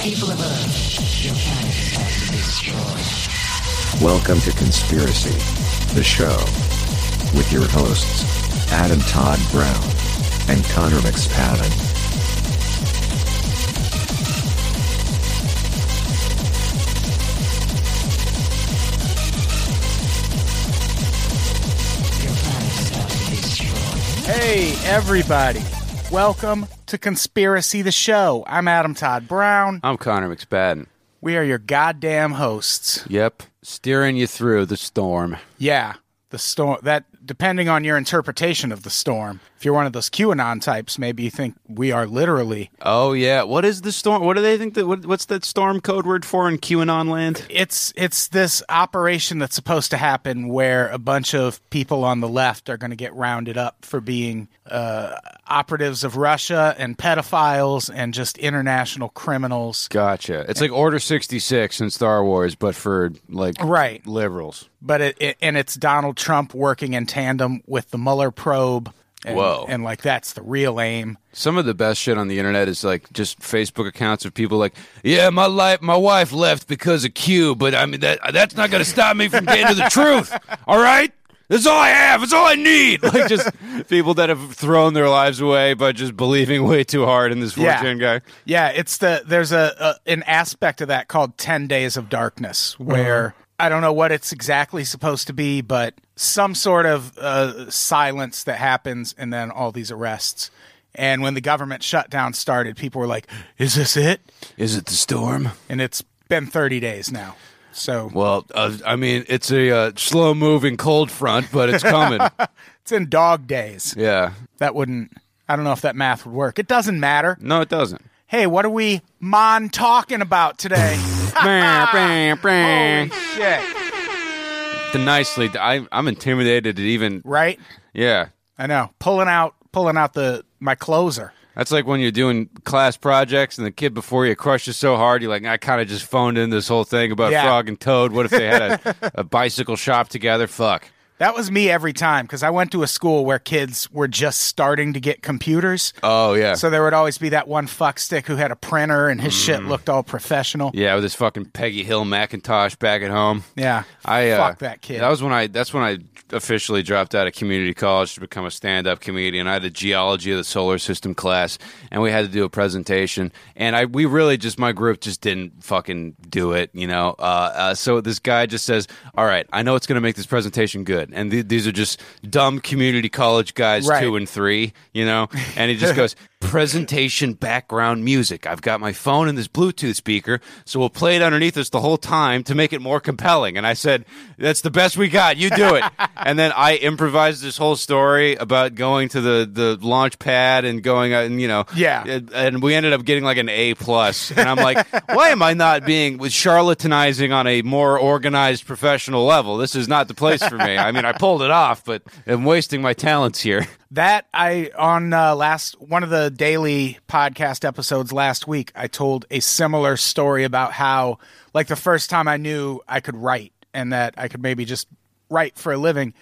People of Earth, your planet is about to be destroyed. Welcome to Conspiracy, the show. With your hosts, Adam Todd Brown and Connor McSpadden. Your planet is about to be destroyed. Hey, everybody. Welcome to Conspiracy the Show. I'm Adam Todd Brown. I'm Connor McSpadden. We are your goddamn hosts. Yep, steering you through the storm. Yeah, the storm that depending on your interpretation of the storm. If you're one of those QAnon types, maybe you think we are literally. Oh yeah, what is the storm? What do they think that? What, what's that storm code word for in QAnon land? It's it's this operation that's supposed to happen where a bunch of people on the left are going to get rounded up for being uh, operatives of Russia and pedophiles and just international criminals. Gotcha. It's like Order sixty six in Star Wars, but for like Right. liberals. but it, it and it's Donald Trump working in tandem with the Mueller probe. And, Whoa. And like that's the real aim. Some of the best shit on the internet is like just Facebook accounts of people like, yeah, my life, my wife left because of Q, but I mean that that's not going to stop me from getting to the truth. All right, that's all I have. It's all I need. Like just people that have thrown their lives away by just believing way too hard in this Yeah. fortune guy. Yeah, it's the there's a, a an aspect of that called Ten Days of Darkness, where I don't know what it's exactly supposed to be, but some sort of uh, silence that happens, and then all these arrests. And when the government shutdown started, people were like, "Is this it?" Is it the storm? And it's been 30 days now. So Well, uh, I mean, it's a uh, slow moving cold front, but it's coming. it's in dog days. yeah. That wouldn't. I don't know if that math would work. It doesn't matter. No, it doesn't. Hey, what are we mon talking about today? Brr, brr, brr. yeah, the nicely, I, I'm intimidated at even. right. Yeah. I know. Pulling out, pulling out the my closer. That's like when you're doing class projects and the kid before you crushes so hard, you're like, I kind of just phoned in this whole thing about Yeah. Frog and Toad. What if they had a, a bicycle shop together? Fuck. That was me every time because I went to a school where kids were just starting to get computers. Oh, yeah. So there would always be that one fuck stick who had a printer and his shit looked all professional. Mm. yeah, with this fucking Peggy Hill Macintosh back at home. Yeah. I uh, fuck that kid. That was when I. That's when I officially dropped out of community college to become a stand-up comedian. I had a geology of the solar system class, and we had to do a presentation. And I, we really just my group just didn't fucking do it, you know. Uh, uh, so this guy just says, "All right, I know it's going to make this presentation good." And th- these are just dumb community college guys, Right. two and three, you know. And he just goes. Presentation background music. I've got my phone and this Bluetooth speaker, so we'll play it underneath us the whole time to make it more compelling. And I said, That's the best we got. You do it. and then I improvised this whole story about going to the, the launch pad and going, out and you know, Yeah. And, and we ended up getting like an A. plus. And I'm like, Why am I not being with charlatanizing on a more organized professional level? This is not the place for me. I mean, I pulled it off, but I'm wasting my talents here. That I on uh, last one of the daily podcast episodes last week, I told a similar story about how, like, the first time I knew I could write and that I could maybe just write for a living,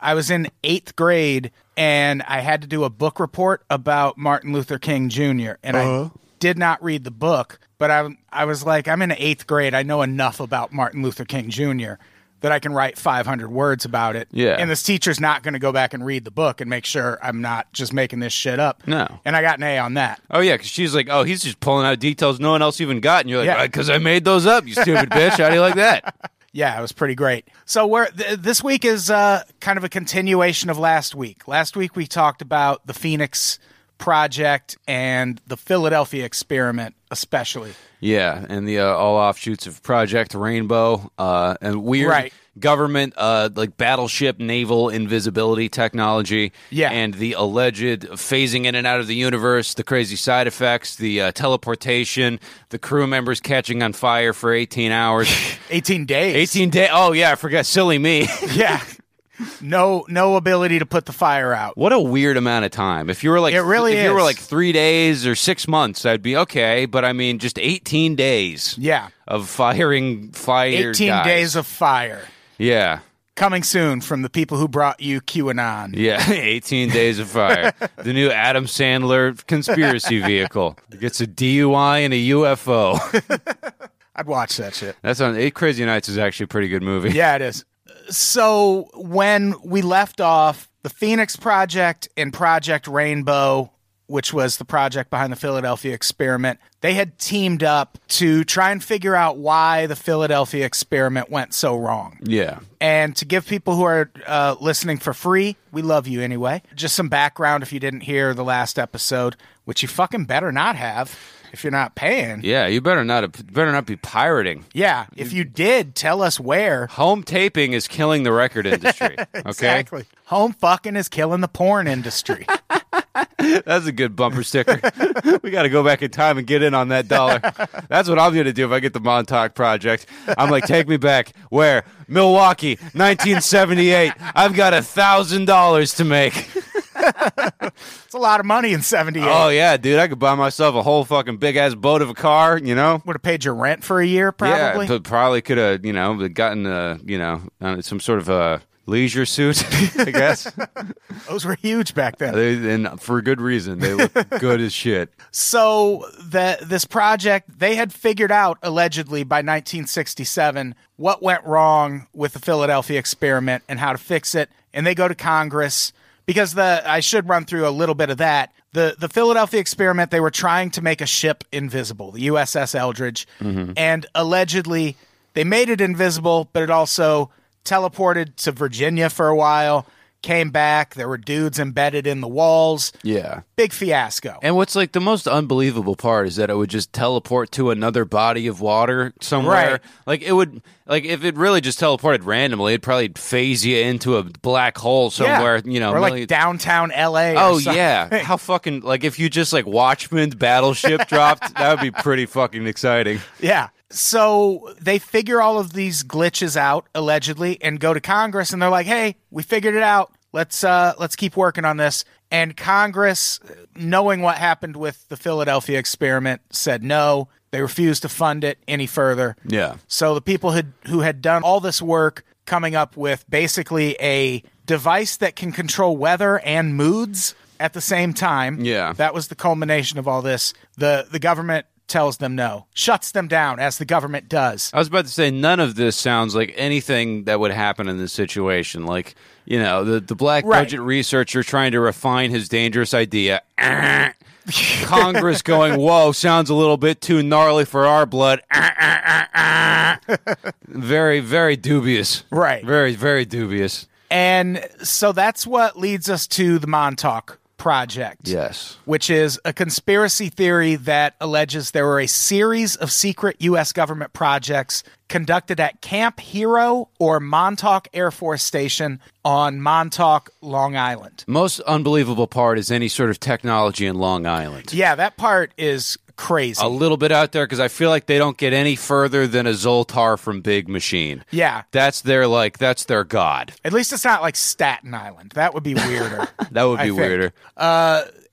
I was in eighth grade and I had to do a book report about Martin Luther King Jr. and I did not read the book, but I I was like, I'm in eighth grade, I know enough about Martin Luther King Jr. that I can write 500 words about it. Yeah. and this this teacher's not going to go back and read the book and make sure I'm not just making this shit up. No. And I got an A on that. Oh yeah, because she's like, oh, he's just pulling out details no one else even got, and you're Yeah. like, because I made those up, you stupid bitch. How do you like that? Yeah, it was pretty great. So we're th- this week is uh, kind of a continuation of last week. Last week we talked about the Phoenix project and the Philadelphia experiment, especially. Yeah, and the uh, all offshoots of Project Rainbow uh, and weird Right. government uh, like battleship naval invisibility technology. Yeah. and the alleged phasing in and out of the universe, the crazy side effects, the uh, teleportation, the crew members catching on fire for eighteen hours, 18 days. eighteen day. Oh yeah, I forgot. Silly me. Yeah. No, no ability to put the fire out. What a weird amount of time. If you were like It really if you were is. like 3 days or 6 months, I'd be okay, but I mean just 18 days Yeah. of firing fire 18 guys. days of fire. Yeah. Coming soon from the people who brought you QAnon. Yeah, 18 Days of Fire, the new Adam Sandler conspiracy vehicle. It gets a DUI and a UFO. I'd watch that shit. That's on Eight Crazy Nights is actually a pretty good movie. Yeah, it is. So when we left off, the Phoenix Project and Project Rainbow, which was the project behind the Philadelphia experiment, they had teamed up to try and figure out why the Philadelphia experiment went so wrong. Yeah. And to give people who are uh, listening for free, we love you anyway. Just some background if you didn't hear the last episode, which you fucking better not have if you're not paying. Yeah, you better not better not be pirating. Yeah, if you did, tell us where. Home taping is killing the record industry. Okay? Exactly. Home fucking is killing the porn industry. That's a good bumper sticker. we got to go back in time and get in on that dollar. That's what I'm going to do if I get the Montauk Project. I'm like, take me back. Where? Milwaukee, 1978. I've got a thousand dollars to make. It's a lot of money in 78. Oh yeah, dude, I could buy myself a whole fucking big ass boat of a car. You know. Would have paid your rent for a year, probably. Yeah, but probably could have, you know, gotten a, you know, uh, some sort of a leisure suit, I guess. Those were huge back then. They- and for good reason. They look good as shit. So the this project they had figured out allegedly by 1967 what went wrong with the Philadelphia experiment and how to fix it and they go to Congress because the I should run through a little bit of that. The the Philadelphia experiment they were trying to make a ship invisible, the USS Eldridge, and allegedly they made it invisible, but it also teleported to Virginia for a while, came back, there were dudes embedded in the walls. Yeah. Big fiasco. And what's like the most unbelievable part is that it would just teleport to another body of water somewhere. Right. Like it would like if it really just teleported randomly, it'd probably phase you into a black hole somewhere, you know. or million- like downtown LA. or Oh something. yeah. How fucking like if you just like Watchmen battleship dropped, that would be pretty fucking exciting. yeah. So they figure all of these glitches out allegedly, and go to Congress, and they're like, "Hey, we figured it out. Let's uh, let's keep working on this." And Congress, knowing what happened with the Philadelphia experiment, said no. They refused to fund it any further. Yeah. So the people had, who had done all this work coming up with basically a device that can control weather and moods at the same time. Yeah. That was the culmination of all this. The the government tells them no, shuts them down as the government does. I was about to say none of this sounds like anything that would happen in this situation. Like you know, the the black Right. budget researcher trying to refine his dangerous idea. Ah. Congress going, whoa, sounds a little bit too gnarly for our blood. Ah, ah, ah, ah. Very, very dubious. Right. Very, very dubious. And so that's what leads us to the Montauk project. Yes. Which is a conspiracy theory that alleges there were a series of secret U.S. government projects conducted at Camp Hero or Montauk Air Force Station on Montauk, Long Island. Most unbelievable part is any sort of technology in Long Island. Yeah, that part is crazy. A little bit out there because I feel like they don't get any further than a Zoltar from Big Machine. yeah. That's their like that's their god. At least it's not like Staten Island. That would be weirder. That would I be think. weirder.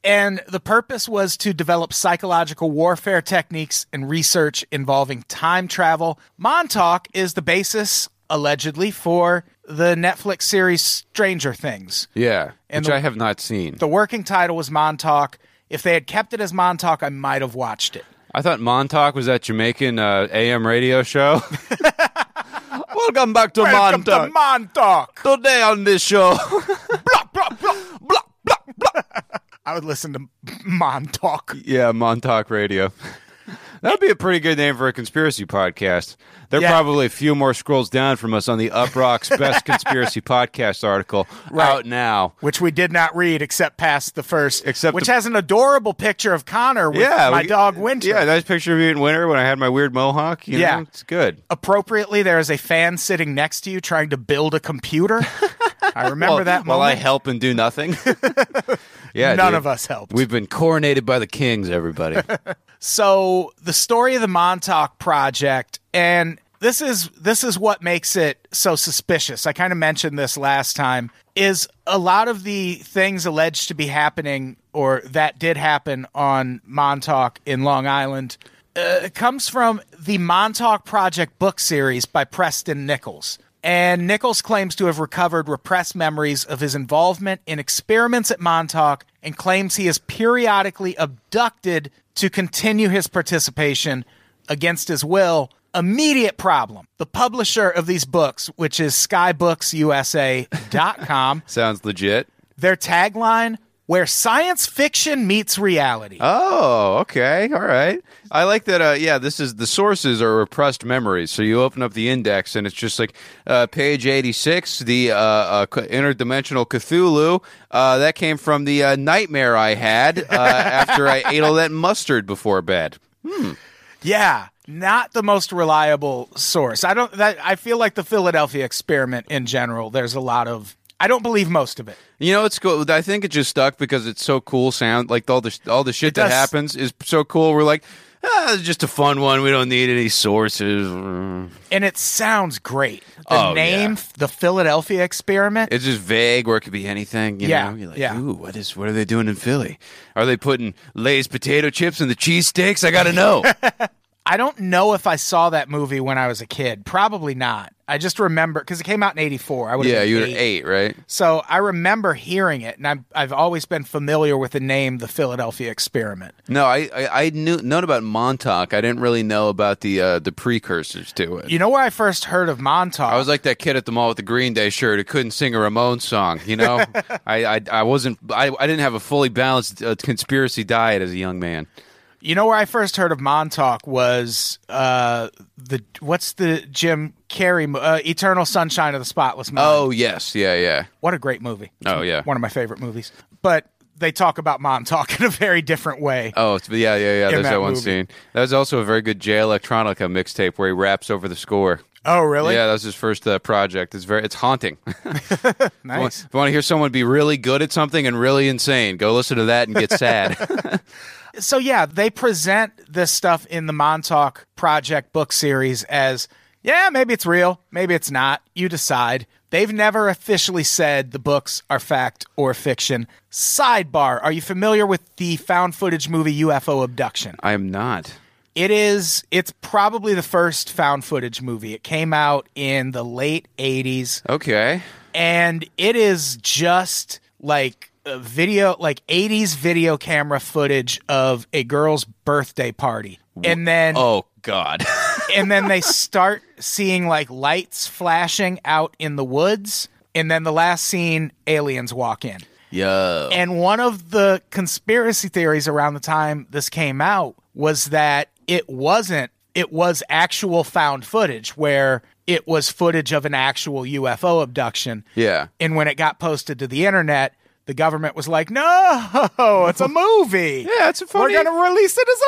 and the purpose was to develop psychological warfare techniques and research involving time travel. Montauk is the basis, allegedly, for the Netflix series Stranger Things. Yeah. And which the- I have not seen. The working title was Montauk. If they had kept it as Montauk, I might have watched it. I thought Montauk was that Jamaican uh, AM radio show. Welcome back to Welcome Montauk. to Montauk. Today on this show. Blah, blah, blah, blah, blah, blah. I would listen to Montauk. yeah, Montauk Radio. That'd be a pretty good name for a conspiracy podcast. They're Yeah. probably a few more scrolls down from us on the Up Rock's best conspiracy podcast article out now. Which we did not read except past the first, Except which the- has an adorable picture of Connor with Yeah, my we- dog Winter. Yeah, nice picture of you in winter when I had my weird mohawk. You Yeah. know, it's good. appropriately there is a fan sitting next to you trying to build a computer. I remember Well, that moment. While I help and do nothing. yeah, None dude. of us helped. We've been coronated by the kings, everybody. so the story of the Montauk project and this is this is what makes it so suspicious. I kind of mentioned this last time is a lot of the things alleged to be happening or that did happen on Montauk in Long Island uh, comes from the Montauk Project book series by Preston Nichols. And Nichols claims to have recovered repressed memories of his involvement in experiments at Montauk and claims he is periodically abducted to continue his participation against his will. Immediate problem. The publisher of these books, which is skybooksusa.com, Sounds legit. their tagline, where science fiction meets reality. Oh, okay. All right. I like that. Uh, yeah, this is the sources are repressed memories. So you open up the index and it's just like uh, page 86, the uh, uh, c- interdimensional Cthulhu. Uh, that came from the uh, nightmare I had uh, after I ate all that mustard before bed. Yeah, not the most reliable source. I don't. That, I feel like the Philadelphia experiment in general. There's a lot of. I don't believe most of it. You know, it's cool. I think it just stuck because it's so cool. Sound like all the all the shit It that does. happens is so cool. We're like, ah, it's just a fun one. We don't need any sources. And it sounds great. The Oh, name, yeah. the Philadelphia experiment. It's just vague, or it could be anything. You Yeah, know, you're like, yeah. ooh, what is? What are they doing in Philly? Are they putting Lay's potato chips in the cheesesteaks? I gotta know. I don't know if I saw that movie when I was a kid. Probably not. I just remember because it came out in '84. I would. yeah, been you were eight. eight, right? So I remember hearing it, and I'm, I've always been familiar with the name, the Philadelphia experiment. No, I I, I knew known about Montauk. I didn't really know about the uh, the precursors to it. You know where I first heard of Montauk? I was like that kid at the mall with the Green Day shirt who couldn't sing a Ramones song. You know, I, I I wasn't I, I didn't have a fully balanced uh, conspiracy diet as a young man. You know where I first heard of Montauk was uh, the what's the Jim Carrey mo- uh, Eternal Sunshine of the Spotless Mind. Oh yes, yeah, yeah. what a great movie! Oh, yeah. one of my favorite movies. But they talk about Montauk in a very different way. Oh, it's, yeah, yeah, yeah. There's that that, one movie. scene. That was also a very good Jay Electronica mixtape where he raps over the score. oh, really? yeah, that was his first uh, project. It's very, it's haunting. nice. if you want to hear someone be really good at something and really insane, go listen to that and get sad. So yeah, they present this stuff in the Montauk Project book series as yeah, maybe it's real, maybe it's not. You decide. They've never officially said the books are fact or fiction. Sidebar: Are you familiar with the found footage movie UFO Abduction? I am not. It is. It's probably the first found footage movie. It came out in the late '80s, Okay. and it is just like a video, like '80s video camera footage of a girl's birthday party, and then Oh God. and then they start seeing like lights flashing out in the woods, and then the last scene, aliens walk in. Yo. And one of the conspiracy theories around the time this came out was that it wasn't, it was actual found footage where it was footage of an actual UFO abduction. Yeah. And when it got posted to the internet, the government was like, no, it's a movie. Yeah, it's a funny- We're going to release it as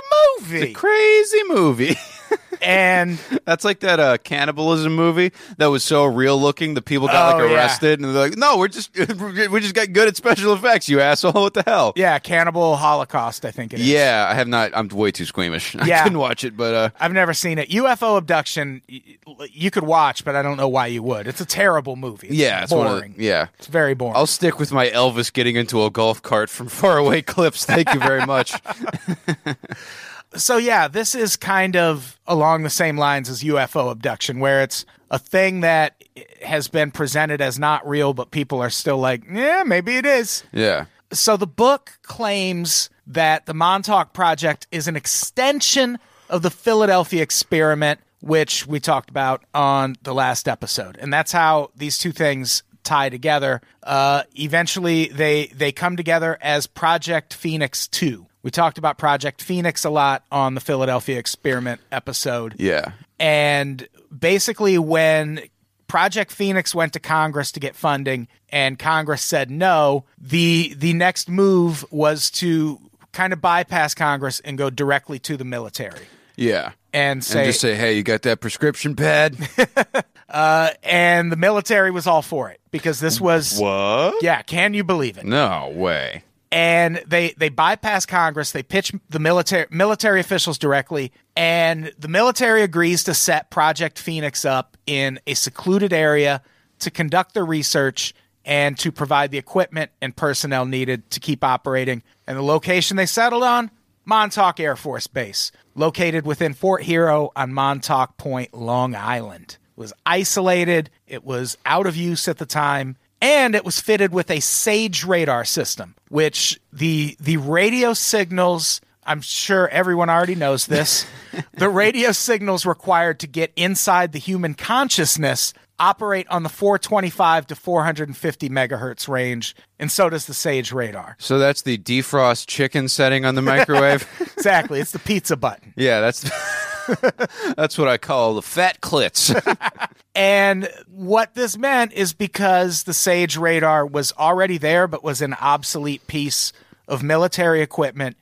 a movie. Crazy movie. and That's like that uh, cannibalism movie that was so real looking. The people got Oh, like yeah. arrested, and they're like, "No, we're just we just got good at special effects, you asshole. What the hell?" yeah, Cannibal Holocaust, I think it is. Yeah, I have not. I'm way too squeamish. I Yeah. couldn't watch it, but uh, I've never seen it. UFO abduction, y- y- you could watch, but I don't know why you would. It's a terrible movie. It's yeah, it's boring. One of the, yeah, It's very boring. I'll stick with my Elvis getting into a golf cart from faraway cliffs. Thank you very much. so yeah, this is kind of along the same lines as UFO abduction, where it's a thing that has been presented as not real, but people are still like, yeah, maybe it is. yeah. So the book claims that the Montauk Project is an extension of the Philadelphia experiment, which we talked about on the last episode. And that's how these two things tie together. Uh, eventually, they, they come together as Project Phoenix 2. We talked about Project Phoenix a lot on the Philadelphia experiment episode. Yeah. And basically, when Project Phoenix went to Congress to get funding and Congress said no, the the next move was to kind of bypass Congress and go directly to the military Yeah. and And say just say, hey, you got that prescription pad? and the military was all for it because this was what? yeah, can you believe it? No way. and they they bypass Congress. They pitch the military military officials directly, and the military agrees to set Project Phoenix up in a secluded area to conduct their research and to provide the equipment and personnel needed to keep operating. And the location they settled on Montauk Air Force Base, located within Fort Hero on Montauk Point, Long Island. was isolated, it was out of use at the time, and it was fitted with a SAGE radar system, which the the radio signals I'm sure everyone already knows this. the radio signals required to get inside the human consciousness operate on the 425 to 450 megahertz range, and so does the SAGE radar. So that's the defrost chicken setting on the microwave. Exactly. It's the pizza button. yeah, that's that's what I call the fat clits. And what this meant is because the SAGE radar was already there, but was an obsolete piece of military equipment,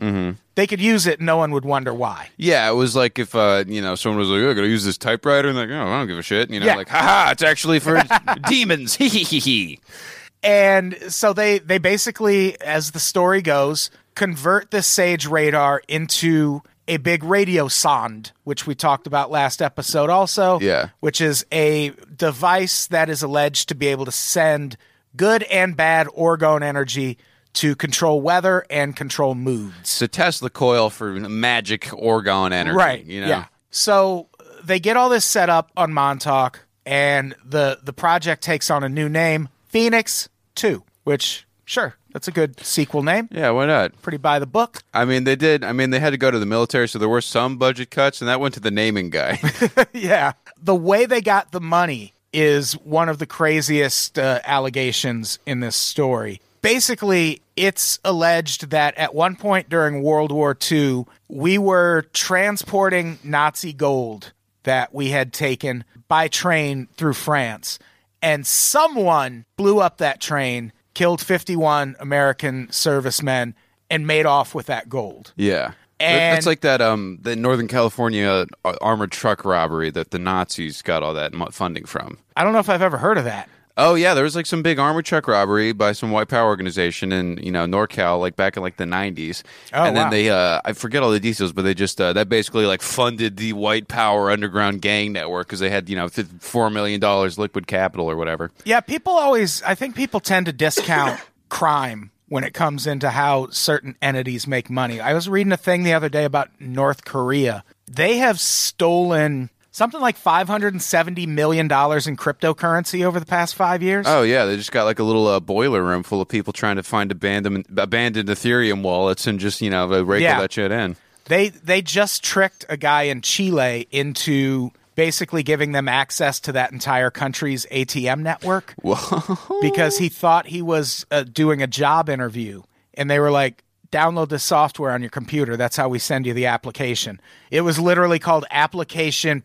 they could use it and no one would wonder why. yeah, it was like if uh, you know someone was like, oh, "I gotta use this typewriter," and like, "Oh, I don't give a shit," you know, Yeah. like, "Haha, it's actually for demons." Hee hee hee hee. And so they, they basically, as the story goes, convert this SAGE radar into a big radio sond, which we talked about last episode also. Yeah. Which is a device that is alleged to be able to send good and bad orgone energy to control weather and control moods. It's a Tesla coil for magic orgone energy. Right. You know. Yeah. So they get all this set up on Montauk, and the the project takes on a new name, Phoenix Two, which sure that's a good sequel name, Yeah. Why not? pretty by the book. I mean, they did. I mean, they had to go to the military, so there were some budget cuts, and that went to the naming guy. yeah. The way they got the money is one of the craziest uh, allegations in this story. Basically, it's alleged that at one point during World War II, we were transporting Nazi gold that we had taken by train through France. And someone blew up that train, killed 51 American servicemen, and made off with that gold. yeah. And- That's like that um the Northern California uh, armored truck robbery that the Nazis got all that mo- funding from. I don't know if I've ever heard of that. Oh yeah, there was like some big armored truck robbery by some white power organization in you know NorCal, like back in like the nineties. Oh, and then wow. they, uh, I forget all the details, but they just uh, that basically like funded the white power underground gang network because they had you know th- four million dollars liquid capital or whatever. Yeah, people always, I think people tend to discount crime when it comes into how certain entities make money. I was reading a thing the other day about North Korea. They have stolen something like $570 million in cryptocurrency over the past five years. Oh yeah, they just got like a little uh, boiler room full of people trying to find abandoned abandoned Ethereum wallets and just you know they rake Yeah. all that shit in. They, they just tricked a guy in Chile into basically giving them access to that entire country's ATM network. because he thought he was uh, doing a job interview and they were like download the software on your computer that's how we send you the application it was literally called application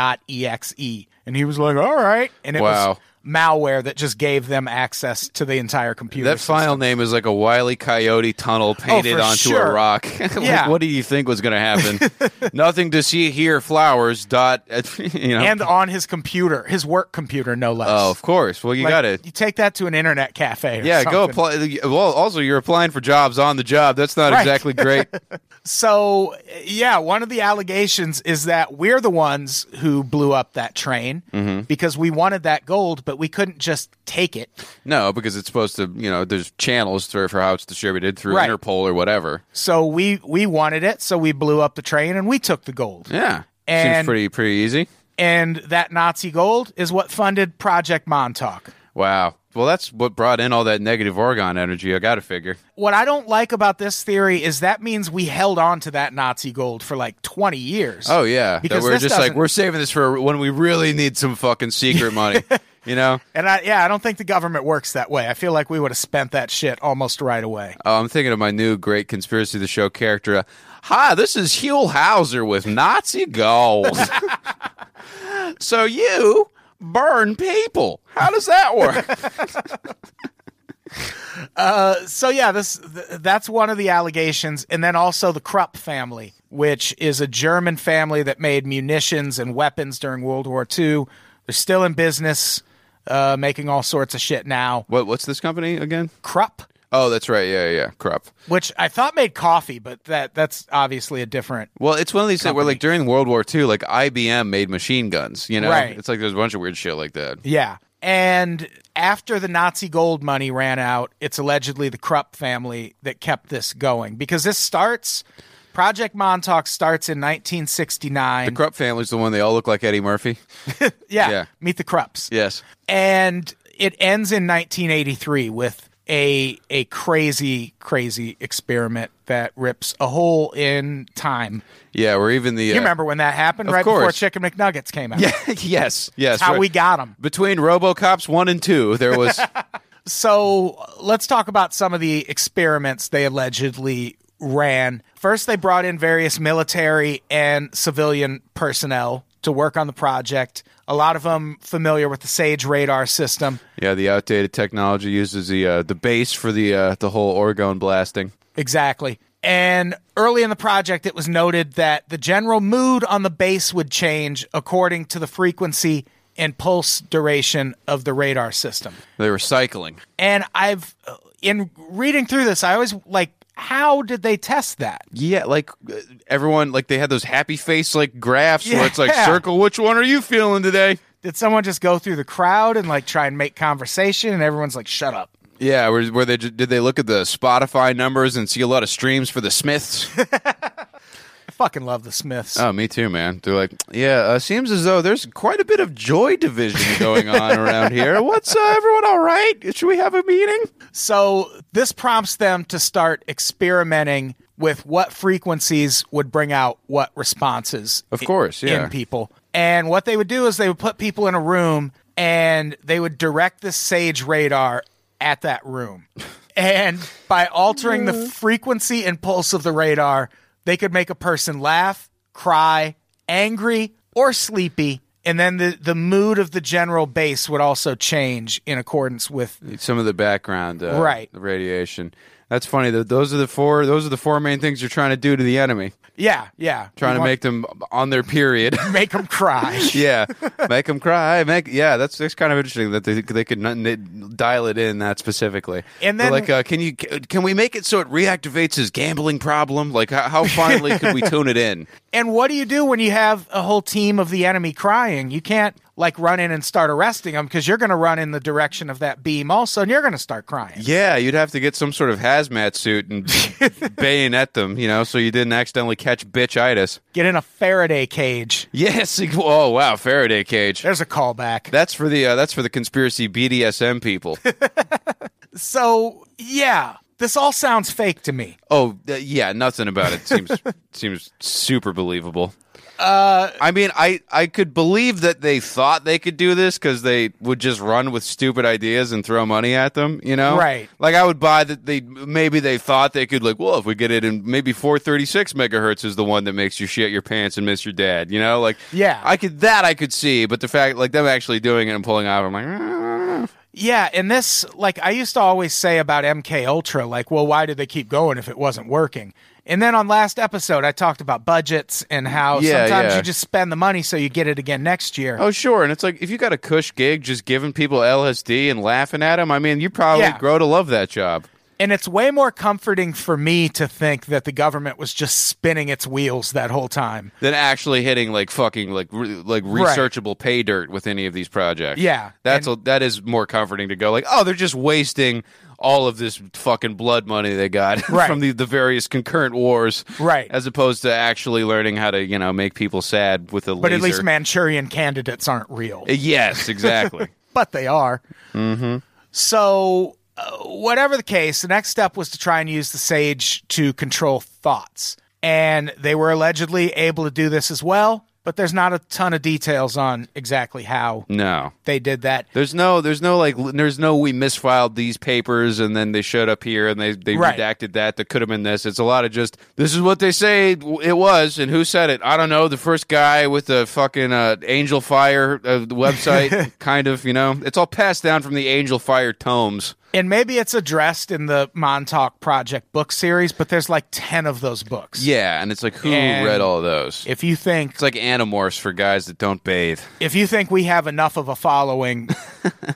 pdf.exe and he was like all right and it was Wow. malware that just gave them access to the entire computer That system. file name is like a wily coyote tunnel painted Oh, for onto sure. a rock. Like, Yeah. what do you think was going to happen? Nothing to see here. Flowers. Dot. You know. and on his computer his work computer no less oh, of course. Well, you Like, got it. you take that to an internet cafe or Yeah, go something. apply. Well, also you're applying for jobs on the job. That's not Right. exactly great. So, yeah, one of the allegations is that we're the ones who blew up that train Mm-hmm. because we wanted that gold, but we couldn't just take it. no, because it's supposed to. You know, there's channels for, for how it's distributed through Right. Interpol or whatever. So we we wanted it, so we blew up the train and we took the gold. Yeah. And- Seems pretty pretty easy. And that Nazi gold is what funded Project Montauk. Wow. Well, that's what brought in all that negative Oregon energy. I got to figure. What I don't like about this theory is that means we held on to that Nazi gold for like 20 years. Oh yeah, Because that we're this just like doesn't- we're saving this for when we really need some fucking secret money. You know, And I, yeah, I don't think the government works that way. I feel like we would have spent that shit almost right away. oh, I'm thinking of my new great conspiracy of the show character. Uh, Hi, this is Huell Hauser with Nazi gold. so you burn people. How does that work? so yeah, this th- that's one of the allegations, and then also the Krupp family, which is a German family that made munitions and weapons during World War II. They're still in business, uh, making all sorts of shit now. what? What's this company again? Krupp, Oh, that's right. Yeah, yeah, yeah. Krupp. which I thought made coffee, but that that's obviously a different. Well, it's one of these things where, like, during World War II, like IBM made machine guns. You know, Right. it's like there's a bunch of weird shit like that. Yeah, and after the Nazi gold money ran out, it's allegedly the Krupp family that kept this going because this starts Project Montauk starts in 1969. The Krupp family's the one they all look like Eddie Murphy. yeah, yeah. Meet the Krupps. Yes. and it ends in 1983 with a a crazy crazy experiment that rips a hole in time. Yeah, or even the. uh, You remember when that happened? Of right before course. Chicken McNuggets came out. yes. Yes. How right. we got them. Between RoboCops 1 and 2, there was. So let's talk about some of the experiments they allegedly ran. First, they brought in various military and civilian personnel to work on the project. A lot of them familiar with the SAGE radar system. yeah, the outdated technology uses the uh, the base for the uh, the whole orgone blasting. Exactly. And early in the project, it was noted that the general mood on the base would change according to the frequency and pulse duration of the radar system. They were cycling. And I've, uh, in reading through this, I always like, how did they test that? Yeah, like uh, everyone, like they had those happy face like graphs where it's like Yeah. circle which one are you feeling today? Did someone just go through the crowd and like try and make conversation and everyone's like, shut up? Yeah, where, where they ju- did they look at the Spotify numbers and see a lot of streams for the Smiths? I fucking love the Smiths. oh, me too, man. They're like, yeah, uh, seems as though there's quite a bit of joy division going on around here. What's uh, everyone all right? Should we have a meeting? So this prompts them to start experimenting with what frequencies would bring out what responses. Of i- course, yeah. In people. And what they would do is they would put people in a room and they would direct the SAGE radar at that room. And by altering the Mm-hmm. frequency and pulse of the radar, they could make a person laugh, cry, angry, or sleepy. And then the, the mood of the general base would also change in accordance with Some of the background, uh, Right. The radiation. That's funny. Th- Those are the four. Those are the four main things you're trying to do to the enemy. Yeah, yeah. Trying You to want- make them on their period. make them cry. yeah, make them cry. Make yeah. That's that's kind of interesting that they they could not, they dial it in that specifically. And They're then- like, uh, can you can we make it so it reactivates his gambling problem? Like, how, how finely could we tune it in? and what do you do when you have a whole team of the enemy crying? You can't like run in and start arresting them because you're going to run in the direction of that beam also, and you're going to start crying. Yeah, you'd have to get some sort of hazmat suit and bayonet them, you know, so you didn't accidentally catch bitchitis. Get in a Faraday cage. Yes. Oh wow, Faraday cage. There's a callback. That's for the uh, that's for the conspiracy BDSM people. so yeah, this all sounds fake to me. Oh uh, yeah, nothing about it seems seems super believable. Uh, I mean, I I could believe that they thought they could do this because they would just run with stupid ideas and throw money at them. You know, Right. Like I would buy that they maybe they thought they could like, well, if we get it in maybe four thirty six megahertz is the one that makes you shit your pants and miss your dad. You know, like Yeah. I could that I could see, but the fact like them actually doing it and pulling off, I'm like. "Ah." Yeah, and this like I used to always say about MK Ultra, like, well, why did they keep going if it wasn't working? And then on last episode, I talked about budgets and how Yeah, sometimes yeah. you just spend the money so you get it again next year. Oh, sure. And it's like if you got a cush gig just giving people LSD and laughing at them, I mean, you probably Yeah. grow to love that job. And it's way more comforting for me to think that the government was just spinning its wheels that whole time. Than actually hitting like fucking like re- like researchable pay dirt with any of these projects. Yeah. that's a, that is more comforting to go like, oh, they're just wasting all of this fucking blood money they got Right. from the, the various concurrent wars, Right. As opposed to actually learning how to you know make people sad with a But laser. at least Manchurian candidates aren't real. yes, exactly. but they are. Mm-hmm. So, uh, whatever the case, the next step was to try and use the sage to control thoughts. And they were allegedly able to do this as well, but there's not a ton of details on exactly how no, they did that. There's no, there's no like, l- there's no. We misfiled these papers, and then they showed up here, and they they Right. redacted that. That could have been this. It's a lot of just this is what they say w- it was, and who said it. I don't know. The first guy with the fucking uh, Angel Fire uh, website, kind of. You know, it's all passed down from the Angel Fire tomes. And maybe it's addressed in the Montauk Project book series, but there's like 10 of those books. Yeah, and it's like who And- read all those? If you think It's like Animorphs for guys that don't bathe. if you think we have enough of a following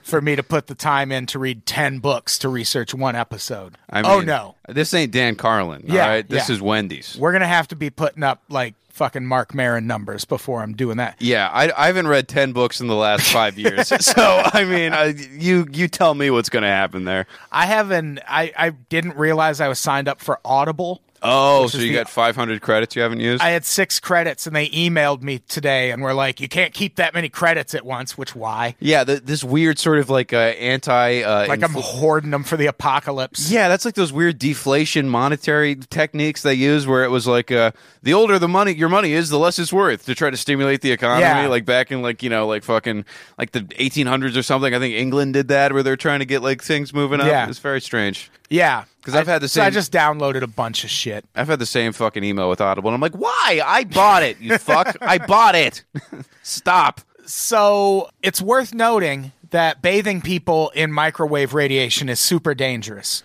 for me to put the time in to read 10 books to research one episode. I oh mean, no. this ain't Dan Carlin. Yeah, all right, this yeah. is Wendy's. We're going to have to be putting up like fucking Mark Marin numbers before I'm doing that. Yeah, I, I haven't read ten books in the last five years, so I mean, I, you you tell me what's going to happen there. I haven't I I didn't realize I was signed up for Audible. Oh, so is you the- got 500 credits you haven't used? I had six credits, and they emailed me today and were like, "You can't keep that many credits at once." Which why? yeah, th this weird sort of like uh, anti. Uh, Like I'm infl- hoarding them for the apocalypse. Yeah, that's like those weird deflation monetary techniques they use, where it was like uh, the older the money your money is, the less it's worth to try to stimulate the economy. Yeah. Like back in like you know like fucking like the 1800s or something. I think England did that where they're trying to get like things moving up. Yeah. It's very strange. yeah. 'Cause I've I- had the So I same- just downloaded a bunch of shit. I've had the same fucking email with Audible, and I'm like, why? I bought it, you fuck! I bought it. Stop. So it's worth noting that bathing people in microwave radiation is super dangerous,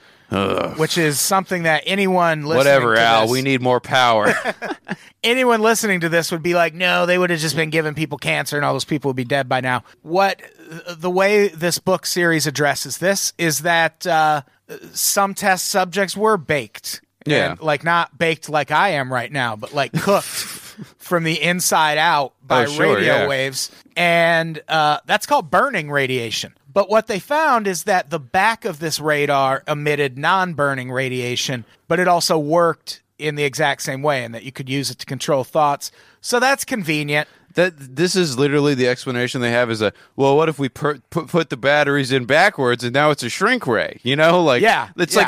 which is something that anyone listening Whatever, to Al. this- We need more power. anyone listening to this would be like, no, they would have just been giving people cancer and all those people would be dead by now. What the way this book series addresses this is that uh, some test subjects were baked. Yeah. And, like not baked like I am right now, but like cooked from the inside out by Oh, sure, radio yeah. waves. And uh, that's called burning radiation. But what they found is that the back of this radar emitted non burning radiation, but it also worked in the exact same way, and that you could use it to control thoughts. So that's convenient. That this is literally the explanation they have is a well, what if we per, put put the batteries in backwards and now it's a shrink ray? You know, like Yeah, it's yeah. like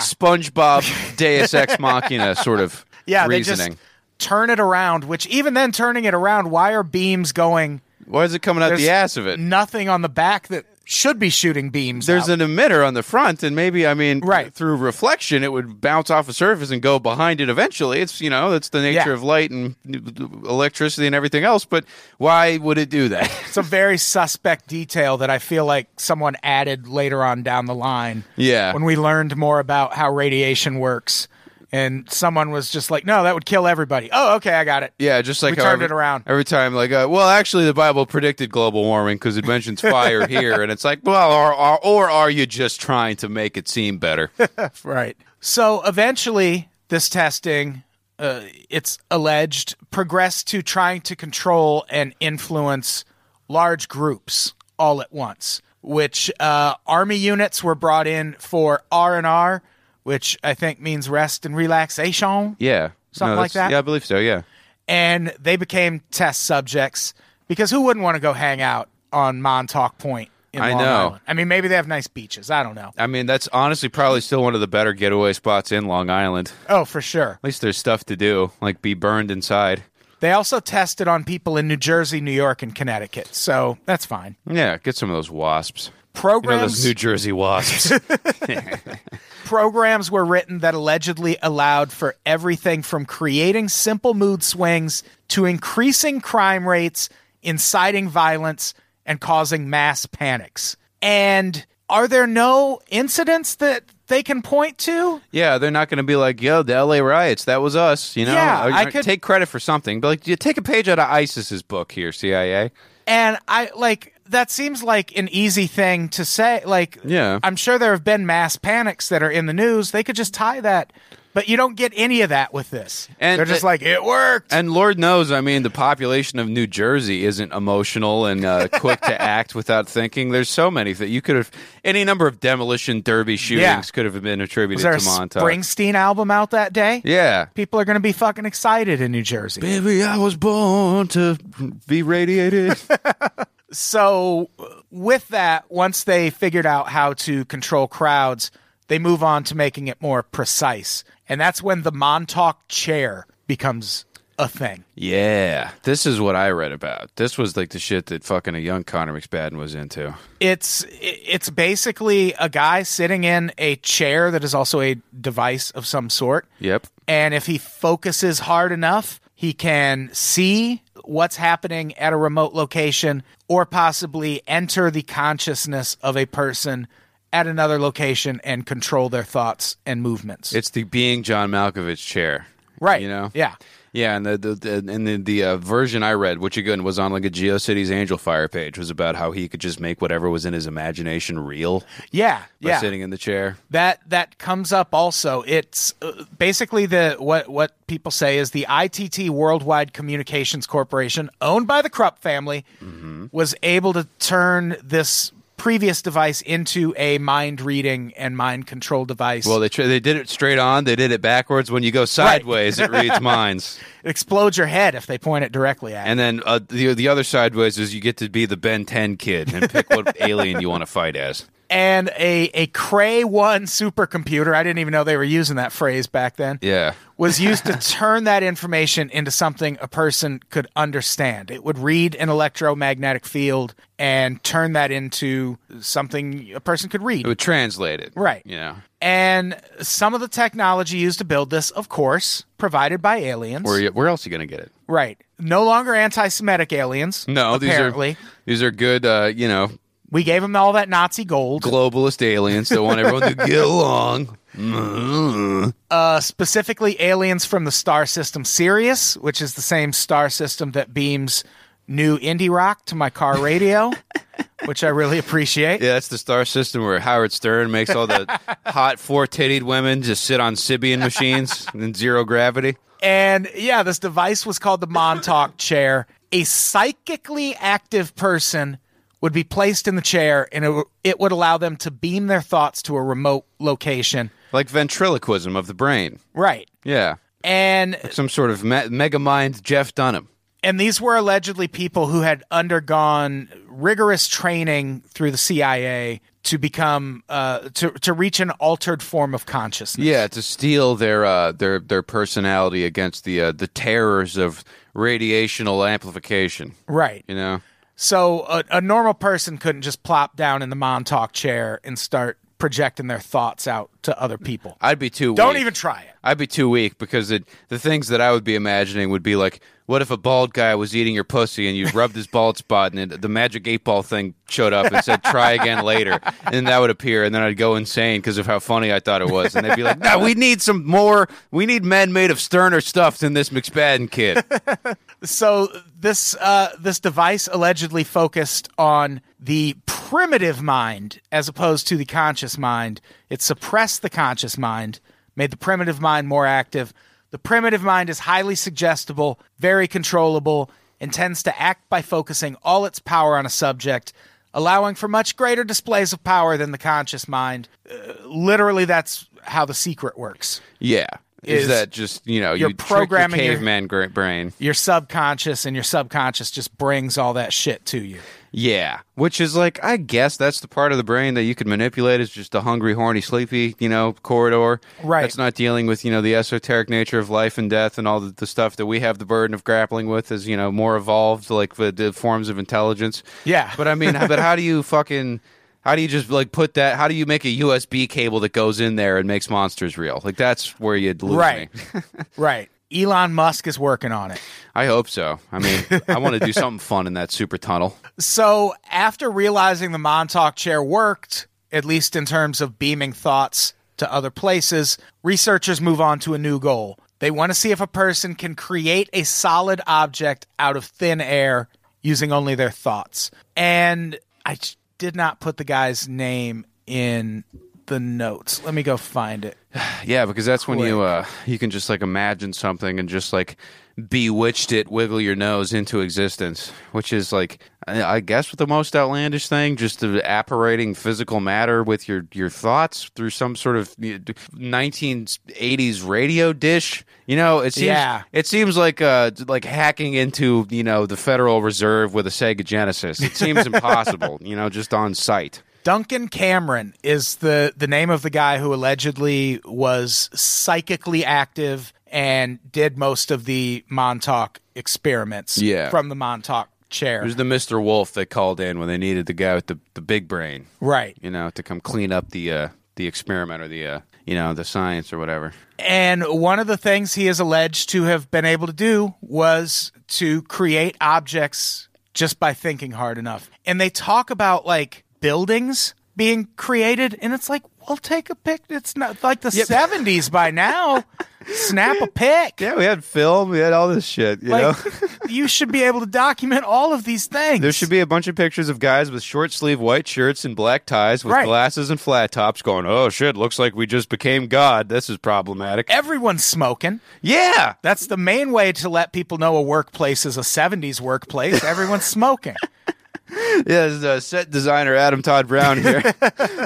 SpongeBob Deus Ex Machina sort of Yeah, they reasoning. just turn it around, which even then, turning it around, why are beams going? Why is it coming out There's the ass of it? Nothing on the back that should be shooting beams. There's out. an emitter on the front, and maybe I mean, Right. through reflection, it would bounce off a surface and go behind it eventually. It's you know, that's the nature Yeah. of light and electricity and everything else. But why would it do that? it's a very suspect detail that I feel like someone added later on down the line. Yeah. When we learned more about how radiation works. And someone was just like, no, that would kill everybody. Oh, okay, I got it. Yeah, just like We how turned it around. every time. Like, uh, well, actually, the Bible predicted global warming because it mentions fire here, and it's like, well, or, or or are you just trying to make it seem better? Right. So eventually, this testing, uh, it's alleged, progressed to trying to control and influence large groups all at once. Which uh, army units were brought in for R and R, which I think means rest and relaxation. yeah, Something like that's- that? Yeah, I believe so. Yeah, and they became test subjects because who wouldn't want to go hang out on Montauk Point? In I Long know. Island? I mean, maybe they have nice beaches. I don't know. I mean, that's honestly probably still one of the better getaway spots in Long Island. Oh, for sure. At least there's stuff to do, like be burned inside. They also tested on people in New Jersey, New York, and Connecticut, so that's fine. Yeah, get some of those wasps. You know Programs those New Jersey wasps. programs were written that allegedly allowed for everything from creating simple mood swings to increasing crime rates, inciting violence, and causing mass panics. And are there no incidents that they can point to? yeah, they're not going to be like, "Yo, the L.A. riots, that was us." You know, Yeah, Or- I or could- take credit for something, but like, you take a page out of ISIS's book here, CIA. And I like that seems like an easy thing to say. Like, Yeah. I'm sure there have been mass panics that are in the news. They could just tie that, but you don't get any of that with this. And they're just the- like, it worked. And Lord knows, I mean, the population of New Jersey isn't emotional and uh, quick to act without thinking. There's so many that you could have any number of demolition derby shootings Yeah. could have been attributed Is there to a Montauk. Springsteen album out that day? uh, Yeah. People are going to be fucking excited in New Jersey. Baby, I was born to be radiated. So, with that, once they figured out how to control crowds, they move on to making it more precise. And that's when the Montauk chair becomes a thing. yeah. This is what I read about. This was like the shit that fucking a young Connor McSpadden was into. It's it's basically a guy sitting in a chair that is also a device of some sort. Yep. And if he focuses hard enough, he can see what's happening at a remote location or possibly enter the consciousness of a person at another location and control their thoughts and movements. It's the being John Malkovich chair. right. You know? Yeah. Yeah, and the, the, the and the, the uh, version I read, which again was on like a GeoCities Angel Fire page, was about how he could just make whatever was in his imagination real Yeah. by Yeah. sitting in the chair. that that comes up also it's uh, basically the what what people say is the ITT Worldwide Mm-hmm. Communications Corporation owned by the Krupp family was able to turn this previous device into a mind reading and mind control device. Well, they tra- they did it straight on. They did it backwards. When you go sideways, it reads minds. it explodes your head if they point it directly at. And then uh, the the other sideways is you get to be the Ben Ten kid and pick what alien you want to fight as. you. And a a Cray one supercomputer. I didn't even know they were using that phrase back then. Yeah. was used to turn that information into something a person could understand. It would read an electromagnetic field and turn that into something a person could read. It would translate it. Right. You know, And some of the technology used to build this, of course, provided by aliens. where, you- where else are you going to get it? Right. No longer anti Semitic aliens. No, apparently. these are these are good, uh, you know, we gave them all that Nazi gold. globalist aliens that want everyone to get along. Mm. uh, specifically aliens from the star system Sirius, which is the same star system that beams new indie rock to my car radio, which I really appreciate. Yeah, that's the star system where Howard Stern makes all the hot four titted women just sit on Sibian machines in zero gravity. And yeah, this device was called the Montauk chair. A psychically active person would be placed in the chair and it, w- it would allow them to beam their thoughts to a remote location. Like ventriloquism of the brain. Right. Yeah. And Some sort of me- mega mind Jeff Dunham. and these were allegedly people who had undergone rigorous training through the CIA to become uh, to to reach an altered form of consciousness. Yeah, to steal their uh, their their personality against the uh, the terrors of radiational amplification. right. You know, So a, a normal person couldn't just plop down in the Montauk chair and start projecting their thoughts out to other people. I'd be too. Don't weak. even try it. I'd be too weak because it, the things that I would be imagining would be like, what if a bald guy was eating your pussy and you rubbed his bald spot and it, the magic eight ball thing showed up and said, try again later. And that would appear. And then I'd go insane because of how funny I thought it was. And they'd be like, no, we need some more. We need men made of sterner stuff than this McSpadden kid. So this uh, this device allegedly focused on the primitive mind as opposed to the conscious mind. It suppressed the conscious mind, made the primitive mind more active. The primitive mind is highly suggestible, very controllable, and tends to act by focusing all its power on a subject, allowing for much greater displays of power than the conscious mind. Uh, literally, that's how the secret works. Yeah. Is, Is- that just, you know, you're you trick programming your- your caveman gra- brain. Your subconscious and your subconscious just brings all that shit to you. Yeah, which is like I guess that's the part of the brain that you could manipulate is just the hungry, horny, sleepy, you know, corridor. Right. That's not dealing with you know the esoteric nature of life and death and all the, the stuff that we have the burden of grappling with as you know more evolved like the, the forms of intelligence. Yeah. But I mean, but how do you fucking how do you just like put that? How do you make a USB cable that goes in there and makes monsters real? Like that's where you'd lose Right. me. right. Elon Musk is working on it. I hope so. I mean, I want to do something fun in that super tunnel. So, after realizing the Montauk chair worked, at least in terms of beaming thoughts to other places, researchers move on to a new goal. They want to see if a person can create a solid object out of thin air using only their thoughts. And I j- did not put the guy's name in the notes. Let me go find it. Yeah, because that's when you uh, you can just like imagine something and just like bewitched it, wiggle your nose into existence, which is like I I guess the most outlandish thing, just the apparating physical matter with your your thoughts through some sort of nineteen eighties radio dish. You know, it seems Yeah. it seems like uh like hacking into you know the Federal Reserve with a Sega Genesis. It seems impossible. You know, just on sight. Duncan Cameron is the the name of the guy who allegedly was psychically active and did most of the Montauk experiments Yeah. from the Montauk chair. It was the Mr. Wolf that called in when they needed the guy with the, the big brain. right. you know, to come clean up the uh, the experiment or the uh, you know the science or whatever. And one of the things he is alleged to have been able to do was to create objects just by thinking hard enough. And they talk about like buildings being created, and it's like, well, take a pic. It's not like the 70s by now. Snap a pic. Yeah, we had film, we had all this shit. You Like, you should be able to document all of these things. there should be a bunch of pictures of guys with short sleeve white shirts and black ties with Right. glasses and flat tops, going, "Oh shit, looks like we just became God. This is problematic." Everyone's smoking. Yeah, That's the main way to let people know a workplace is a 70s workplace. Everyone's smoking. Yes, uh, set designer Adam Todd Brown here.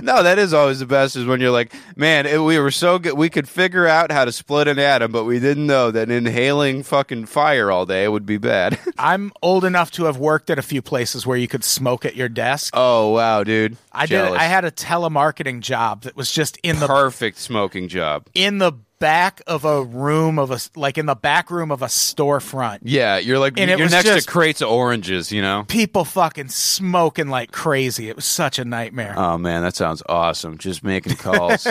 no, that is always the best is when you're like, man, it, we were so good. We could figure out how to split an atom, but we didn't know that inhaling fucking fire all day would be bad. I'm old enough to have worked at a few places where you could smoke at your desk. oh, wow, dude. I Jealous. did. I had a telemarketing job that was just in the Perfect smoking job. in the back of a room of a s- like in the back room of a storefront. Yeah, you're like, And it you're was next just- to crates of oranges, you know? People fucking smoking like crazy. It was such a nightmare. Oh man, that sounds awesome! Just making calls,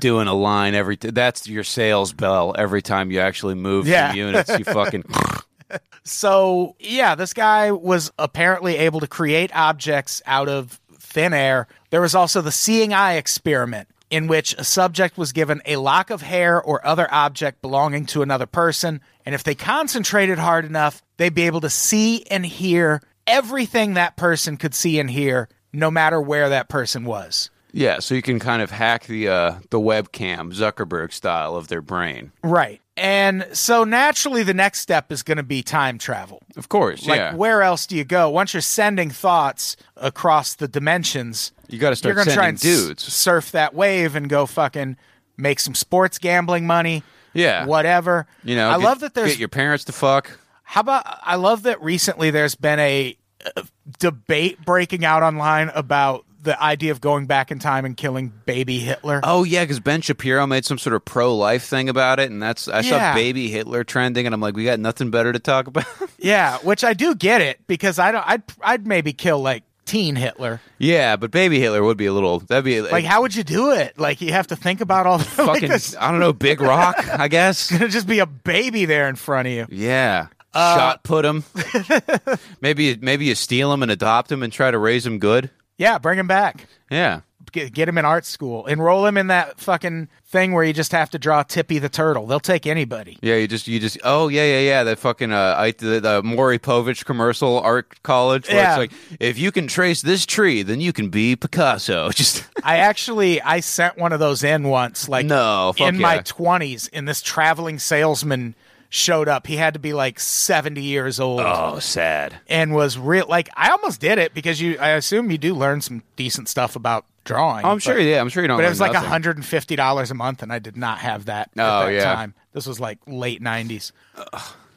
doing a line every. T- that's your sales bell every time you actually move Yeah. some units. You fucking So, yeah, this guy was apparently able to create objects out of thin air. There was also the seeing eye experiment, in which a subject was given a lock of hair or other object belonging to another person. And if they concentrated hard enough, they'd be able to see and hear everything that person could see and hear, no matter where that person was. yeah. So you can kind of hack the uh, the webcam Zuckerberg style of their brain. Right. And so, naturally, the next step is going to be time travel. Of course, Like, yeah. where else do you go? Once you're sending thoughts across the dimensions, you got to you're start going to sending try and s- dudes. surf that wave and go fucking make some sports gambling money. Yeah. Whatever. you know, I get- love that there's. get your parents to fuck. how about. I love that recently there's been a uh, debate breaking out online about the idea of going back in time and killing baby Hitler. Oh yeah, because Ben Shapiro made some sort of pro life thing about it, and that's I Yeah. saw baby Hitler trending, and I'm like, we got nothing better to talk about. Yeah, which I do get it because I don't. I'd, I'd maybe kill like teen Hitler. yeah, but baby Hitler would be a little. That'd be Like, how would you do it? Like, you have to think about all the like, fucking there's I don't know, Big Rock, I guess. gonna just be a baby there in front of you. Yeah. Uh, Shot put him. maybe maybe you steal him and adopt him and try to raise him good. Yeah, bring him back. Yeah. Get, get him in art school. Enroll him in that fucking thing where you just have to draw Tippy the turtle. They'll take anybody. Yeah, you just you just oh yeah yeah yeah that fucking uh I, the, the Maury Povich commercial art college where Yeah. it's like if you can trace this tree then you can be Picasso. Just I actually I sent one of those in once, like No, fuck in my yeah. twenties, and this traveling salesman showed up. He had to be like seventy years old. oh sad. and was real like I almost did it because you I assume you do learn some decent stuff about drawing. Oh, I'm but- sure yeah, I'm sure you don't But it was like learn nothing. hundred and fifty dollars a month and I did not have that at Oh, that yeah. time. This was like late nineties.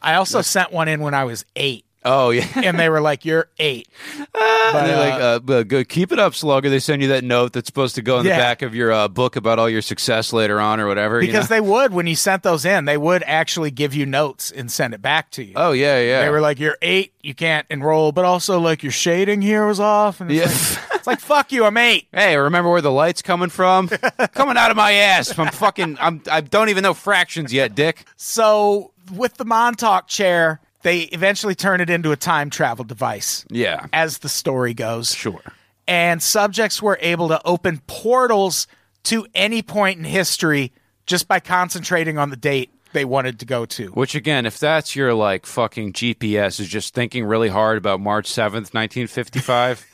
I also sent one in when I was eight. Oh yeah. And they were like, You're eight. But, They're like, uh, uh, but good. Keep it up, Slugger. They send you that note that's supposed to go in Yeah. the back of your uh, book about all your success later on or whatever. you because know? they would when you sent those in, they would actually give you notes and send it back to you. Oh yeah, yeah. They were like, You're eight, you can't enroll, but also like your shading here was off and it's, Yeah. like, it's like fuck you, I'm eight. hey, remember where the light's coming from? coming out of my ass. I'm fucking. I'm. I don't even know fractions yet, Dick. So with the Montauk chair, they eventually turn it into a time travel device, Yeah. as the story goes. Sure. And subjects were able to open portals to any point in history just by concentrating on the date they wanted to go to. Which again, if that's your like fucking GPS, is just thinking really hard about March seventh, nineteen fifty-five.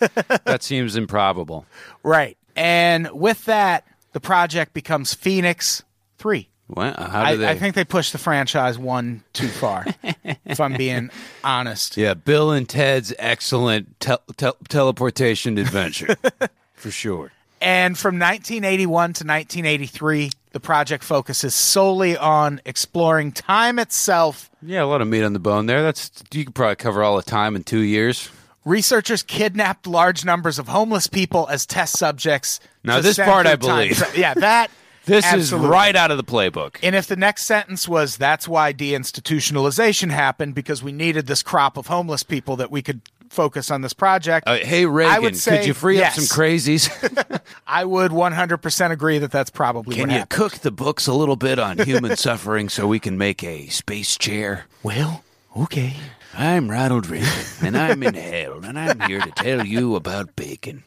that seems improbable. Right. And with that, the project becomes Phoenix 3. What? How do I, they? I think they pushed the franchise one too far, if I'm being honest. yeah, Bill and Ted's excellent tel- tel- teleportation adventure, for sure. And from 1981 to 1983, the project focuses solely on exploring time itself. Yeah, a lot of meat on the bone there. That's you could probably cover all the time in two years. Researchers kidnapped large numbers of homeless people as test subjects. Now to this send part through I time. believe. So- yeah, that. This absolutely. is right out of the playbook. And if the next sentence was, that's why deinstitutionalization happened because we needed this crop of homeless people that we could focus on this project, Uh, hey Reagan, say could you free yes. up some crazies? I would 100% agree that that's probably Can what you happened. cook the books a little bit on human suffering so we can make a space chair? Well, okay. I'm Ronald Reagan, and I'm in hell, and I'm here to tell you about bacon.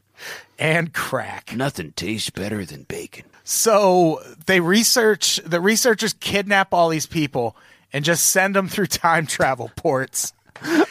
And crack. Nothing tastes better than bacon. So they research the researchers kidnap all these people and just send them through time travel ports.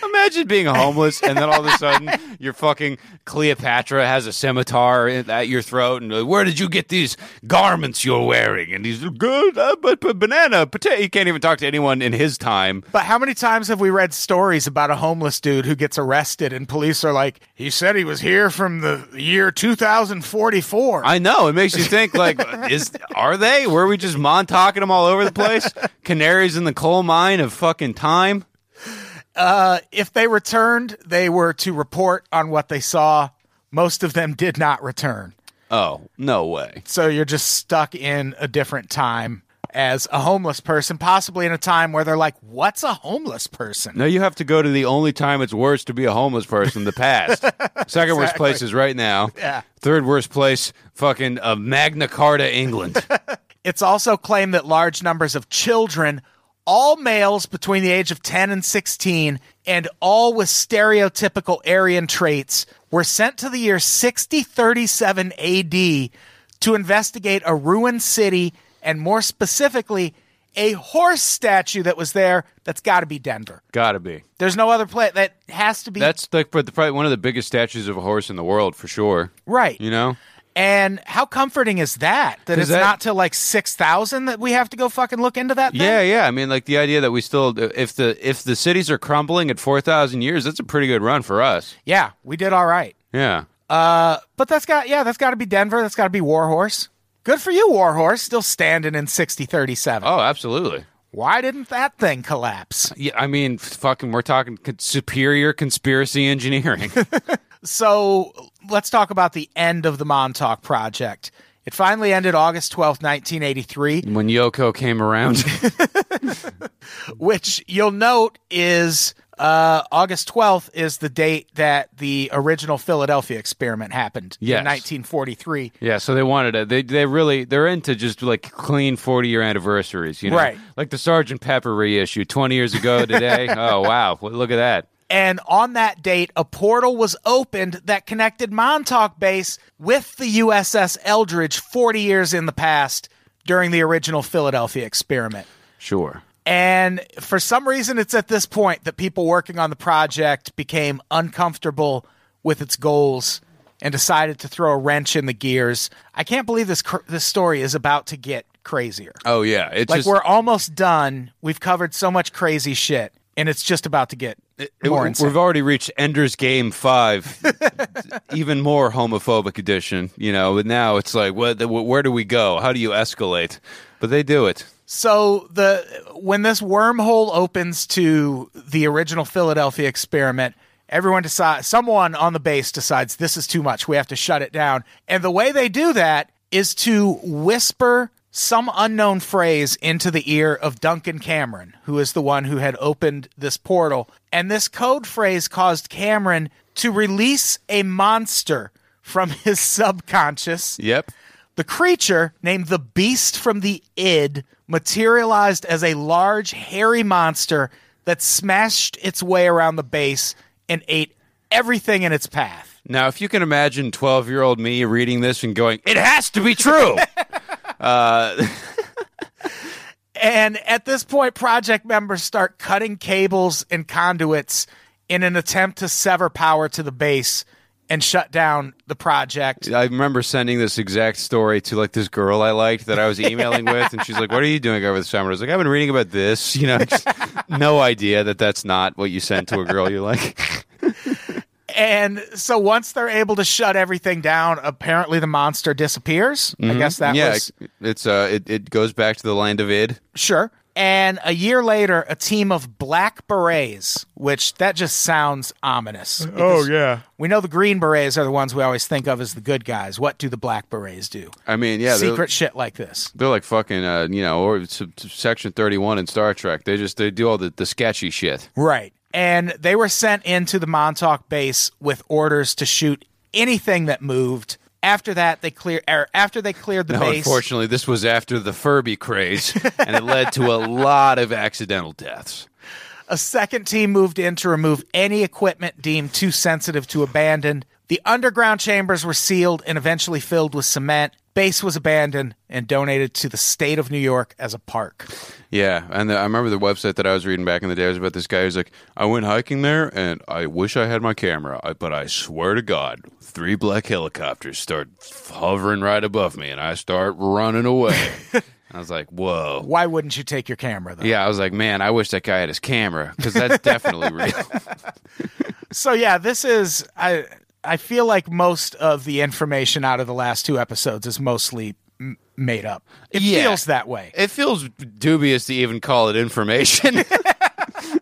Imagine being homeless and then all of a sudden your fucking Cleopatra has a scimitar in- at your throat and like, where did you get these garments you're wearing? And he's good, uh, but, but banana, potato. He can't even talk to anyone in his time. But how many times have we read stories about a homeless dude who gets arrested and police are like, he said he was here from the year 2044? I know it makes you think like is are they? Were we just Montauking them all over the place? Canaries in the coal mine of fucking time. if they returned, they were to report on what they saw. Most of them did not return. Oh no way! So you're just stuck in a different time as a homeless person, possibly in a time where they're like, what's a homeless person? No, you have to go to the only time it's worse to be a homeless person, the past. Second worst place is right now. Yeah. Third worst place, fucking uh, Magna Carta, England. It's also claimed that large numbers of children, all males between the age of 10 and 16, and all with stereotypical Aryan traits, were sent to the year 6037 AD to investigate a ruined city and, more specifically, a horse statue that was there. That's got to be Denver. Gotta be. There's no other place. That has to be That's like but the, probably one of the biggest statues of a horse in the world for sure. right. You know? And how comforting is that? That 'Cause it's that- not till like 6,000 that we have to go fucking look into that thing? Yeah, yeah. I mean, like the idea that we still, if the if the cities are crumbling at four thousand years, that's a pretty good run for us. Yeah, we did all right. Yeah. Uh, But that's got yeah, that's got to be Denver. That's got to be Warhorse. Good for you, Warhorse. Still standing in sixty thirty seven. Oh, absolutely. Why didn't that thing collapse? Yeah, I mean, f- fucking, we're talking con- superior conspiracy engineering. So let's talk about the end of the Montauk project. It finally ended August twelfth, nineteen eighty three, when Yoko came around, which you'll note is uh, August twelfth is the date that the original Philadelphia experiment happened Yes. in nineteen forty three. yeah. So they wanted it. They they really they're into just like clean forty year anniversaries, you know, Right. Like the Sergeant Pepper reissue twenty years ago today. oh wow, Well, look at that. And on that date, a portal was opened that connected Montauk Base with the USS Eldridge 40 years in the past during the original Philadelphia experiment. Sure. And for some reason, it's at this point that people working on the project became uncomfortable with its goals and decided to throw a wrench in the gears. I can't believe this, cr- this story is about to get crazier. Oh yeah, it's Like, just, we're almost done. We've covered so much crazy shit, and it's just about to get It- more we- insane. We've already reached Ender's Game Five, even more homophobic edition. You know, but now it's like, what, the- where do we go? How do you escalate? But they do it. So the when this wormhole opens to the original Philadelphia experiment, everyone decides someone on the base decides this is too much. We have to shut it down. And the way they do that is to whisper some unknown phrase into the ear of Duncan Cameron, who is the one who had opened this portal. And this code phrase caused Cameron to release a monster from his subconscious. Yep. The creature, named the Beast from the Id, materialized as a large, hairy monster that smashed its way around the base and ate everything in its path. Now, if you can imagine 12 year old me reading this and going, it has to be true. And at this point, project members start cutting cables and conduits in an attempt to sever power to the base and shut down the project. I remember sending this exact story to like this girl I liked that I was emailing with, and she's like, "What are you doing over the summer?" I was like, "I've been reading about this." You know, just no idea that that's not what you send to a girl you like. And so once they're able to shut everything down, apparently the monster disappears. I guess that yeah, was it's uh, it, it goes back to the land of id. Sure. And a year later, a team of black berets, which that just sounds ominous. because yeah. We know the green berets are the ones we always think of as the good guys. What do the black berets do? I mean, yeah, they're- Secret shit like this. They're, like fucking, uh, you know, or s- s- section thirty-one in Star Trek. They just they do all the, the sketchy shit. Right. And they were sent into the Montauk base with orders to shoot anything that moved. After that, they clear. Er, after they cleared the No, base, unfortunately, this was after the Furby craze, and it led to a lot of accidental deaths. A second team moved in to remove any equipment deemed too sensitive to abandon. The underground chambers were sealed and eventually filled with cement. Base was abandoned and donated to the state of New York as a park. Yeah, and the, I remember the website that I was reading back in the day was about this guy who's like, I went hiking there, and I wish I had my camera, I, but I swear to God, three black helicopters start hovering right above me, and I start running away. I was like, whoa. Why wouldn't you take your camera though? Yeah, I was like, man, I wish that guy had his camera because that's definitely real. So yeah, this is I I feel like most of the information out of the last two episodes is mostly m- made up. It Yeah. feels that way. It feels dubious to even call it information.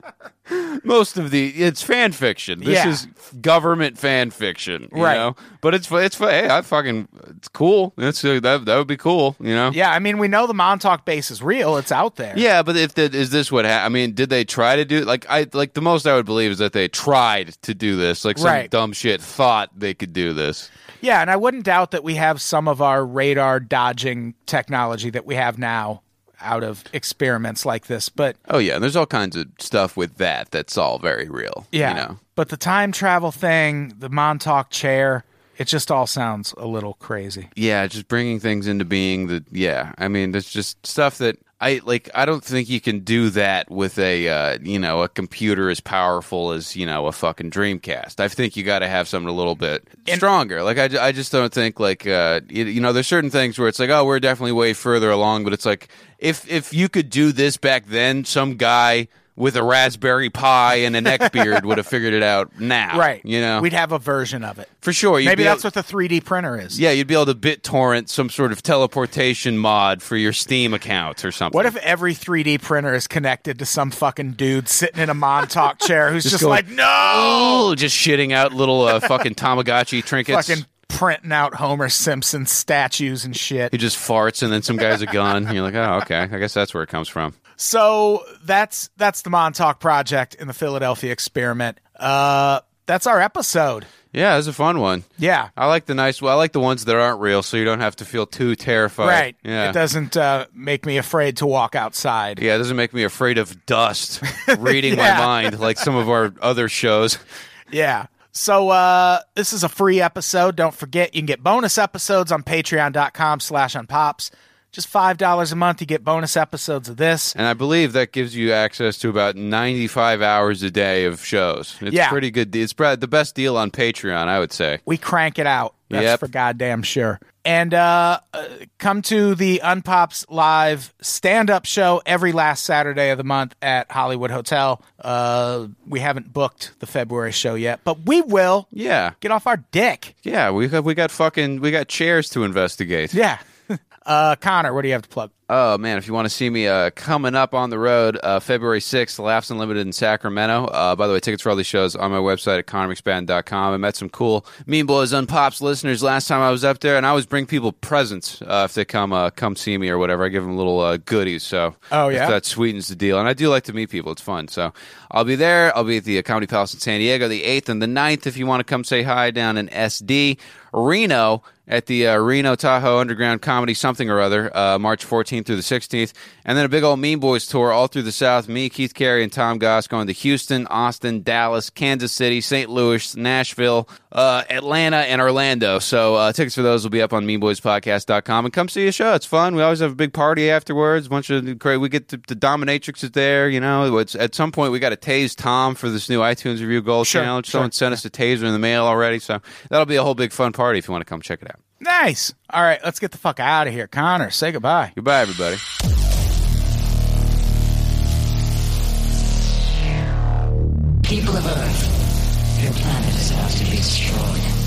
Most of the it's fan fiction. This Yeah. is government fan fiction, you Right. know? But it's fu- it's fu- hey, I fucking it's cool. It's uh, that that would be cool, you know. Yeah, I mean we know the Montauk base is real. It's out there. Yeah, but if that is this what ha- I mean, did they try to do like I like the most I would believe is that they tried to do this. Like some Right. dumb shit thought they could do this. Yeah, and I wouldn't doubt that we have some of our radar dodging technology that we have now out of experiments like this. But Oh yeah, and there's all kinds of stuff with that that's all very real. yeah, You know. but the time travel thing, the Montauk chair, it just all sounds a little crazy. yeah, just bringing things into being. That yeah, I mean, that's just stuff that I like. I don't think you can do that with a uh, you know a computer as powerful as you know a fucking Dreamcast. I think you got to have something a little bit stronger. Like I, ju- I just don't think like uh, you, you know there's certain things where it's like oh we're definitely way further along, but it's like if if you could do this back then, some guy. With a Raspberry Pi and a neck beard would have figured it out now, Right. You know, we'd have a version of it. for sure. you'd Maybe be that's able- what the 3D printer is. yeah, you'd be able to BitTorrent some sort of teleportation mod for your Steam account or something. What if every 3D printer is connected to some fucking dude sitting in a Montauk chair who's just, going- like, no, Oh, just shitting out little uh, fucking Tamagotchi trinkets. fucking printing out Homer Simpson statues and shit. He just farts, and then some guy's a gun. You're like, oh, okay. I guess that's where it comes from. So that's that's the Montauk Project and the Philadelphia Experiment. Uh, that's our episode. Yeah, it was a fun one. Yeah, I like the nice. Well, I like the ones that aren't real, so you don't have to feel too terrified. right. Yeah. It doesn't uh, make me afraid to walk outside. yeah, it doesn't make me afraid of dust reading Yeah. my mind like some of our other shows. Yeah. So uh, this is a free episode. Don't forget you can get bonus episodes on patreon.com slash unpops. Just five dollars a month, you get bonus episodes of this. And I believe that gives you access to about 95 hours a day of shows. It's Yeah. pretty good. de- It's probably the best deal on Patreon, I would say. We crank it out. That's Yep. for goddamn sure. And uh, uh, come to the Unpops Live stand up show every last Saturday of the month at Hollywood Hotel. Uh, we haven't booked the February show yet, but we will. Yeah. Get off our dick. Yeah, we got, we got fucking we got chairs to investigate. Yeah. uh, Connor, what do you have to plug? Oh man, if you want to see me uh, coming up on the road, uh, February sixth, Laughs Unlimited in Sacramento. Uh, by the way, tickets for all these shows on my website at conomexpand.com. I met some cool Mean Boys Unpops listeners last time I was up there, and I always bring people presents uh, if they come uh, come see me or whatever. I give them little uh, goodies. So Oh, if yeah? that uh, sweetens the deal. And I do like to meet people; it's fun. So I'll be there. I'll be at the uh, Comedy Palace in San Diego, the eighth and the 9th If you want to come say hi down in SD Reno at the uh, Reno Tahoe Underground Comedy something or other, uh, March 14th through the 16th, and then a big old Mean Boys tour all through the South. Me, Keith Carey, and Tom Goss going to Houston, Austin, Dallas, Kansas City, St. Louis, Nashville, uh, Atlanta, and Orlando. So uh, tickets for those will be up on meanboyspodcast.com. And come see a show. It's fun. We always have a big party afterwards. bunch of great. We get to, the Dominatrix is there. You know, it's, at some point we got to tase Tom for this new iTunes review goal Sure, challenge. sure. Someone sent us a taser in the mail already. So that'll be a whole big fun party if you want to come check it out. Nice. All right, let's get the fuck out of here. Connor, say goodbye. Goodbye, everybody. People of Earth, your planet is about to be destroyed.